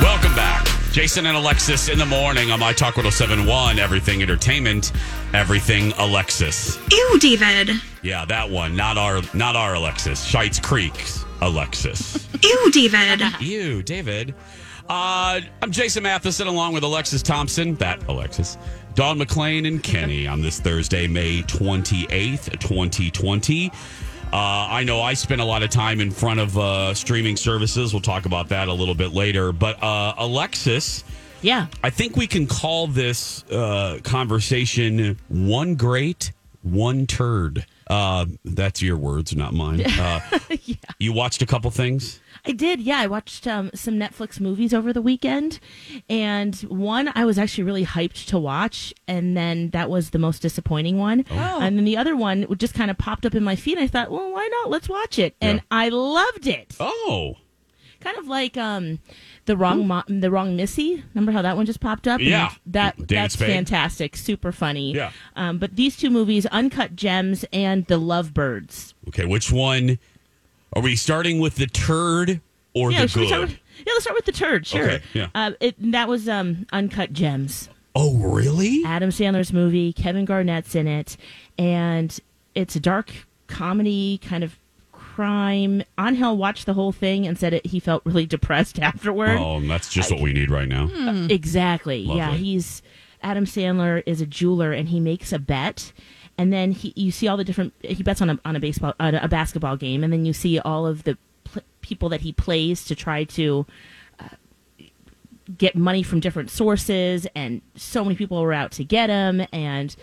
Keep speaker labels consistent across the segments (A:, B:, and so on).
A: Welcome back. Jason and Alexis in the morning on My Talk 1071, Everything Entertainment, Everything Alexis.
B: Ew, David.
A: Yeah, that one. Not our not our Alexis. Shites Creek's Alexis.
B: Ew, David.
A: you, David. Uh, I'm Jason Matheson along with Alexis Thompson, that Alexis, Don McLean, and Kenny on this Thursday, May 28th, 2020. Uh, I know I spent a lot of time in front of uh, streaming services. We'll talk about that a little bit later. But uh, Alexis,
C: Yeah.
A: I think we can call this uh, conversation one great, one turd. Uh, that's your words, not mine. Uh, You watched a couple things.
C: I did. Yeah, I watched um, some Netflix movies over the weekend, and one I was actually really hyped to watch, and then that was the most disappointing one. Oh. And then the other one would just kind of popped up in my feed. And I thought, well, why not? Let's watch it, and
A: Yeah.
C: I loved it.
A: Oh,
C: Kind of like um, the wrong Mo- the wrong Missy. Remember how that one just popped up? And
A: Yeah.
C: that
A: David
C: that's
A: Spade.
C: fantastic, super funny.
A: Yeah.
C: Um, but these two movies, Uncut Gems and The Lovebirds.
A: okay. Which one? Are we starting with the turd or the
C: should we start
A: good?
C: with, yeah, let's start with the turd. Sure.
A: Okay, yeah.
C: Uh, it, that was um, Uncut Gems.
A: oh, really?
C: Adam Sandler's movie. Kevin Garnett's in it, and it's a dark comedy kind of crime. Angel watched the whole thing and said it, he felt really depressed afterward.
A: Oh, that's just what we need right now.
C: Hmm. Exactly. Yeah,
A: Lovely.
C: he's Adam Sandler is a jeweler and he makes a bet. And then he, you see all the different. He bets on a on a baseball on a basketball game, and then you see all of the pl- people that he plays to try to uh, get money from different sources, and so many people were out to get him, and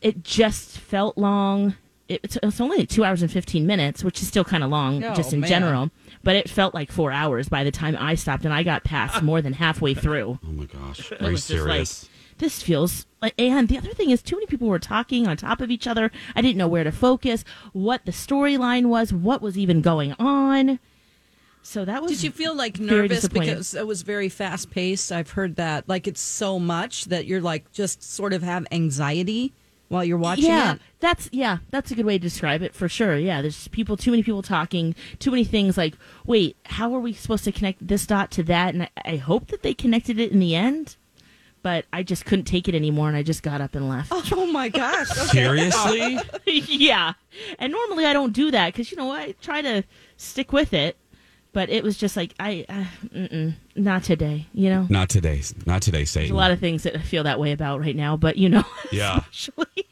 C: it just felt long. It, it's, it's only two hours and 15 minutes, which is still kind of long
D: Oh,
C: just in
D: man.
C: general, but it felt like four hours by the time I stopped and I got past more than halfway through.
A: Oh my gosh,
C: It
A: are you
C: was just
A: serious?
C: like, this feels like, and the other thing is, too many people were talking on top of each other. I didn't know where to focus, what the storyline was, what was even going on. So that was.
D: Did you feel like
C: very
D: nervous
C: disappointing.
D: because it was very fast paced? I've heard that. Like it's so much that you're like just sort of have anxiety while you're watching
C: yeah,
D: it.
C: that's yeah, that's a good way to describe it for sure. Yeah, there's people, too many people talking, too many things. Like, wait, how are we supposed to connect this dot to that? And I, I hope that they connected it in the end, but I just couldn't take it anymore, and I just got up and left.
D: Oh my gosh. Okay.
A: Seriously?
C: yeah, and normally I don't do that because you know I try to stick with it, but it was just like I, uh, mm-mm, not today. You know,
A: not today. Not today,
C: there's
A: Satan.
C: a lot of things that I feel that way about right now, but you know,
A: Yeah.
C: especially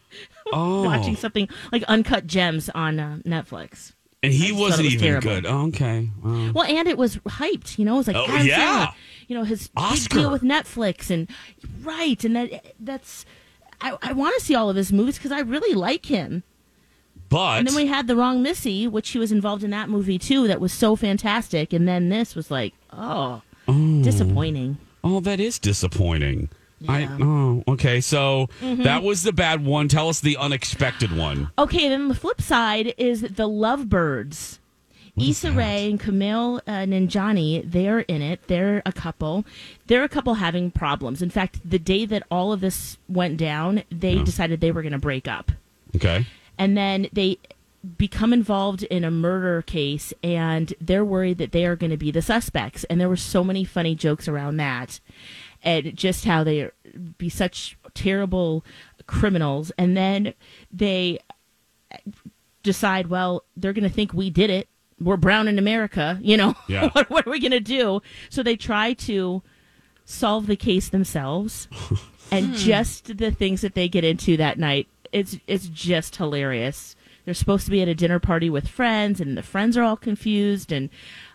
A: Oh.
C: watching something like Uncut Gems on uh, Netflix.
A: and
C: I
A: he
C: just thought it
A: wasn't
C: was
A: even
C: terrible.
A: good. Oh, okay. Wow.
C: Well, and it was hyped, you know. It was like,
A: Oh,
C: Adam
A: yeah.
C: Sandler, you know, his big
A: Oscar.
C: deal with Netflix, and right, and that that's. I, I want to see all of his movies because I really like him.
A: But
C: And then we had The Wrong Missy, which he was involved in that movie too, that was so fantastic. And then this was like, oh, disappointing.
A: Oh, that is disappointing.
C: Yeah. Mm-hmm.
A: I oh okay. So that was the bad one. Tell us the unexpected one.
C: Okay, then the flip side is The Lovebirds. Issa Rae and Camille uh, Nanjani, they're in it. They're a couple. They're a couple having problems. In fact, the day that all of this went down, they decided they were going to break up.
A: Okay.
C: and then they become involved in a murder case and they're worried that they are going to be the suspects and there were so many funny jokes around that and just how they are- be such terrible criminals and then they decide well they're going to think we did it we're brown in america you know
A: Yeah.
C: what, what are we going to do so they try to solve the case themselves and just the things that they get into that night it's it's just hilarious they're supposed to be at a dinner party with friends and the friends are all confused and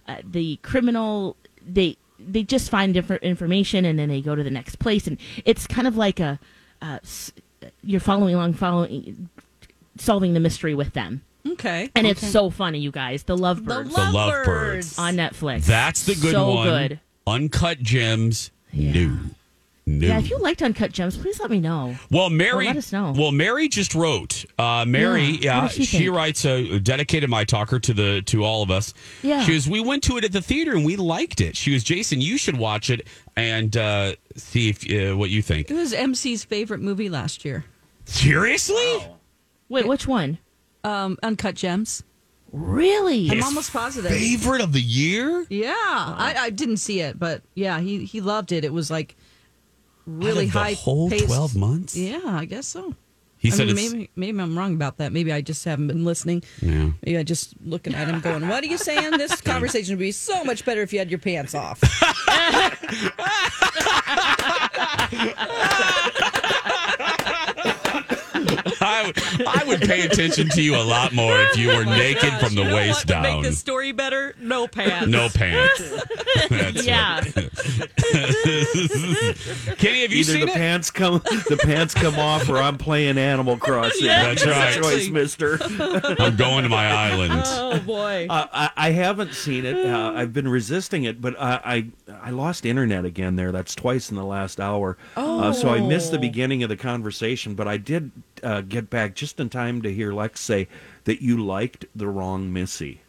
C: uh, the criminal they they just find different information and then they go to the next place and it's kind of like a uh, s- you're following along following solving the mystery with them
D: Okay.
C: and it's so funny you guys the lovebirds
A: Lovebirds.
C: on netflix
A: That's the good
C: so
A: one.
C: good
A: Uncut gems. No. No.
C: Yeah, if you liked Uncut Gems, please let me know.
A: Well, Mary.
C: Well, let us know.
A: well, Mary just wrote. Uh, Mary,
C: Yeah, what
A: yeah,
C: does she
A: she,
C: think?
A: writes a dedicated my talker to the to all of us.
C: Yeah.
A: she was. We went to it at the theater and we liked it. She was Jason. You should watch it and uh, see if uh, what you think.
D: It was MC's favorite movie last year.
A: Seriously,
C: Oh. Wait, which one?
D: Um, Uncut Gems.
C: Really?
D: I'm almost positive.
A: favorite of the year.
D: Yeah, I, I didn't see it, but yeah, he he loved it. It was like
A: Out
D: really
A: of the
D: high.
A: whole
D: paced.
A: 12 months?
D: Yeah, I guess so.
A: He
D: I
A: said
D: mean,
A: it's.
D: maybe maybe I'm wrong about that. Maybe I just haven't been listening.
A: Yeah.
D: Maybe I just looking at him going, "What are you saying? This conversation would be so much better if you had your pants off."
A: I, would- I would pay attention to you a lot more if
D: Oh
A: you were naked from the waist down.
D: story better. No pants.
A: no pants. That's
C: yeah.
A: right. Kenny, have you
E: Either
A: seen
E: the
A: it?
E: pants come the pants come off or I'm playing Animal Crossing.
A: That's
E: Your
A: right.
E: choice, mister.
A: I'm going to my island.
D: Oh boy.
E: Uh, I, I haven't seen it. Uh, I've been resisting it, but I, I I lost internet again there. That's twice in the last hour. Uh, so I missed the
A: Oh.
E: beginning of the conversation, but I did uh, get back just in time to hear Lex say that you liked the wrong Missy.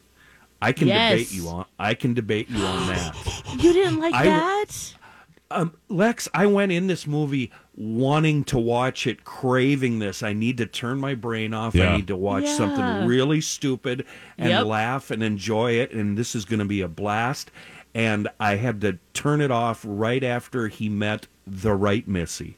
E: I can
C: Yes.
E: debate you on. I can debate you on that.
C: You didn't like
E: I-
C: that?
E: Lex, I went in this movie wanting to watch it, craving this. I need to turn my brain off.
A: Yeah.
E: I need to watch
C: Yeah.
E: something really stupid and
C: Yep.
E: laugh and enjoy it. And this is going to be a blast. And I had to turn it off right after he met the right Missy.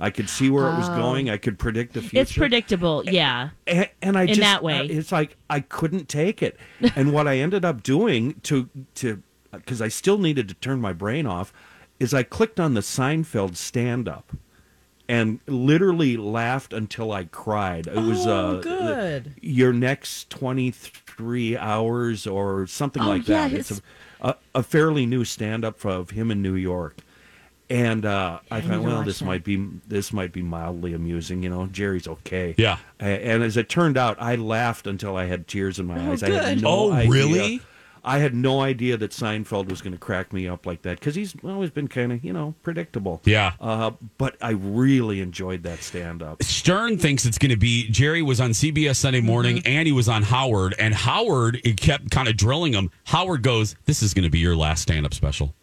E: I could see where it was going. I could predict the future.
C: Oh. It's predictable. Yeah.
E: and, and I
C: in
E: just,
C: that way.
E: uh, it's like I couldn't take it. and what I ended up doing to to because I still needed to turn my brain off is I clicked on the Seinfeld stand up and literally laughed until I cried. It
C: Oh,
E: was uh,
D: good.
E: your next 23 hours or something
C: Oh,
E: like that.
C: yeah,
E: It's
C: his-
E: a, a, a fairly new stand up of him in New York. And uh, I
C: need to
E: thought, well,
C: watch
E: this
C: that.
E: might be this might be mildly amusing, you know. Jerry's okay.
A: Yeah.
E: A- And as it turned out, I laughed until I had tears in my eyes. I had
D: good.
E: no
A: Oh,
E: idea-
A: really?
E: I had no idea that Seinfeld was going to crack me up like that because he's always been kind of, you know, predictable.
A: Yeah.
E: Uh, but I really enjoyed that stand up.
A: Stern thinks it's going to be Jerry was on CBS Sunday
D: Mm-hmm.
A: morning and he was on Howard and Howard it kept kind of drilling him. Howard goes, "This is going to be your last stand-up special."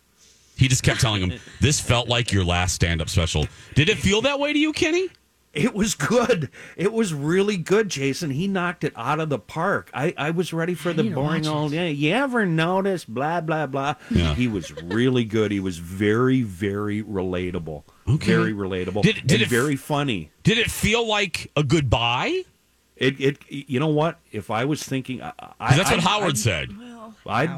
A: He just kept telling him, "This felt like your last stand-up special." Did it feel that way to you, Kenny?
E: It was good. It was really good, Jason. He knocked it out of the park. I, I was ready for the
C: need to
E: boring
C: watch it.
E: old, yeah, you ever notice, blah, blah, blah.
A: Yeah.
E: He was really good. He was very, very relatable.
A: Okay.
E: Very relatable.
A: Did- did
E: and
A: it-
E: very funny.
A: Did it feel like a goodbye?
E: It, it, you know what? If I was thinking, I,
A: 'Cause
E: I,
A: that's what
E: I-
A: Howard said.
E: I'd,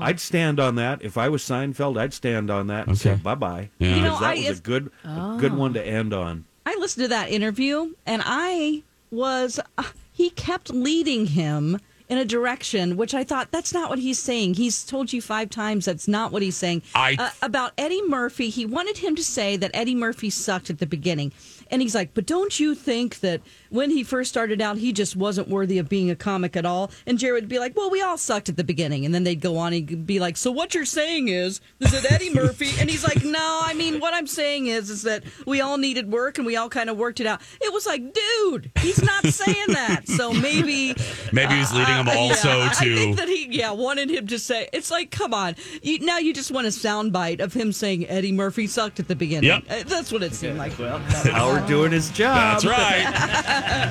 E: I'd stand on that. If I was Seinfeld, I'd stand on that and say
A: Okay.
E: bye bye.
A: Yeah. You
D: know,
E: that
D: I-
E: was a
D: if- Oh.
E: good, a good one to end on.
D: I listened to that interview and I was, uh, he kept leading him in a direction which I thought, that's not what he's saying. He's told you five times that's not what he's saying.
A: I-
D: Uh, about Eddie Murphy, he wanted him to say that Eddie Murphy sucked at the beginning. And he's like, but don't you think that when he first started out, he just wasn't worthy of being a comic at all? And Jared would be like, well, we all sucked at the beginning. And then they'd go on and be like, so what you're saying is, is it Eddie Murphy? And he's like, no, I mean, what I'm saying is, is that we all needed work and we all kind of worked it out. It was like, dude, he's not saying that. So maybe
A: Maybe he was leading him
D: uh,
A: also
D: yeah, I
A: to
D: think that he yeah wanted him to say it's like come on you, now you just want a soundbite of him saying Eddie Murphy sucked at the beginning.
A: Yep.
D: Uh, that's what it seemed like.
E: Howard doing his job.
A: That's right.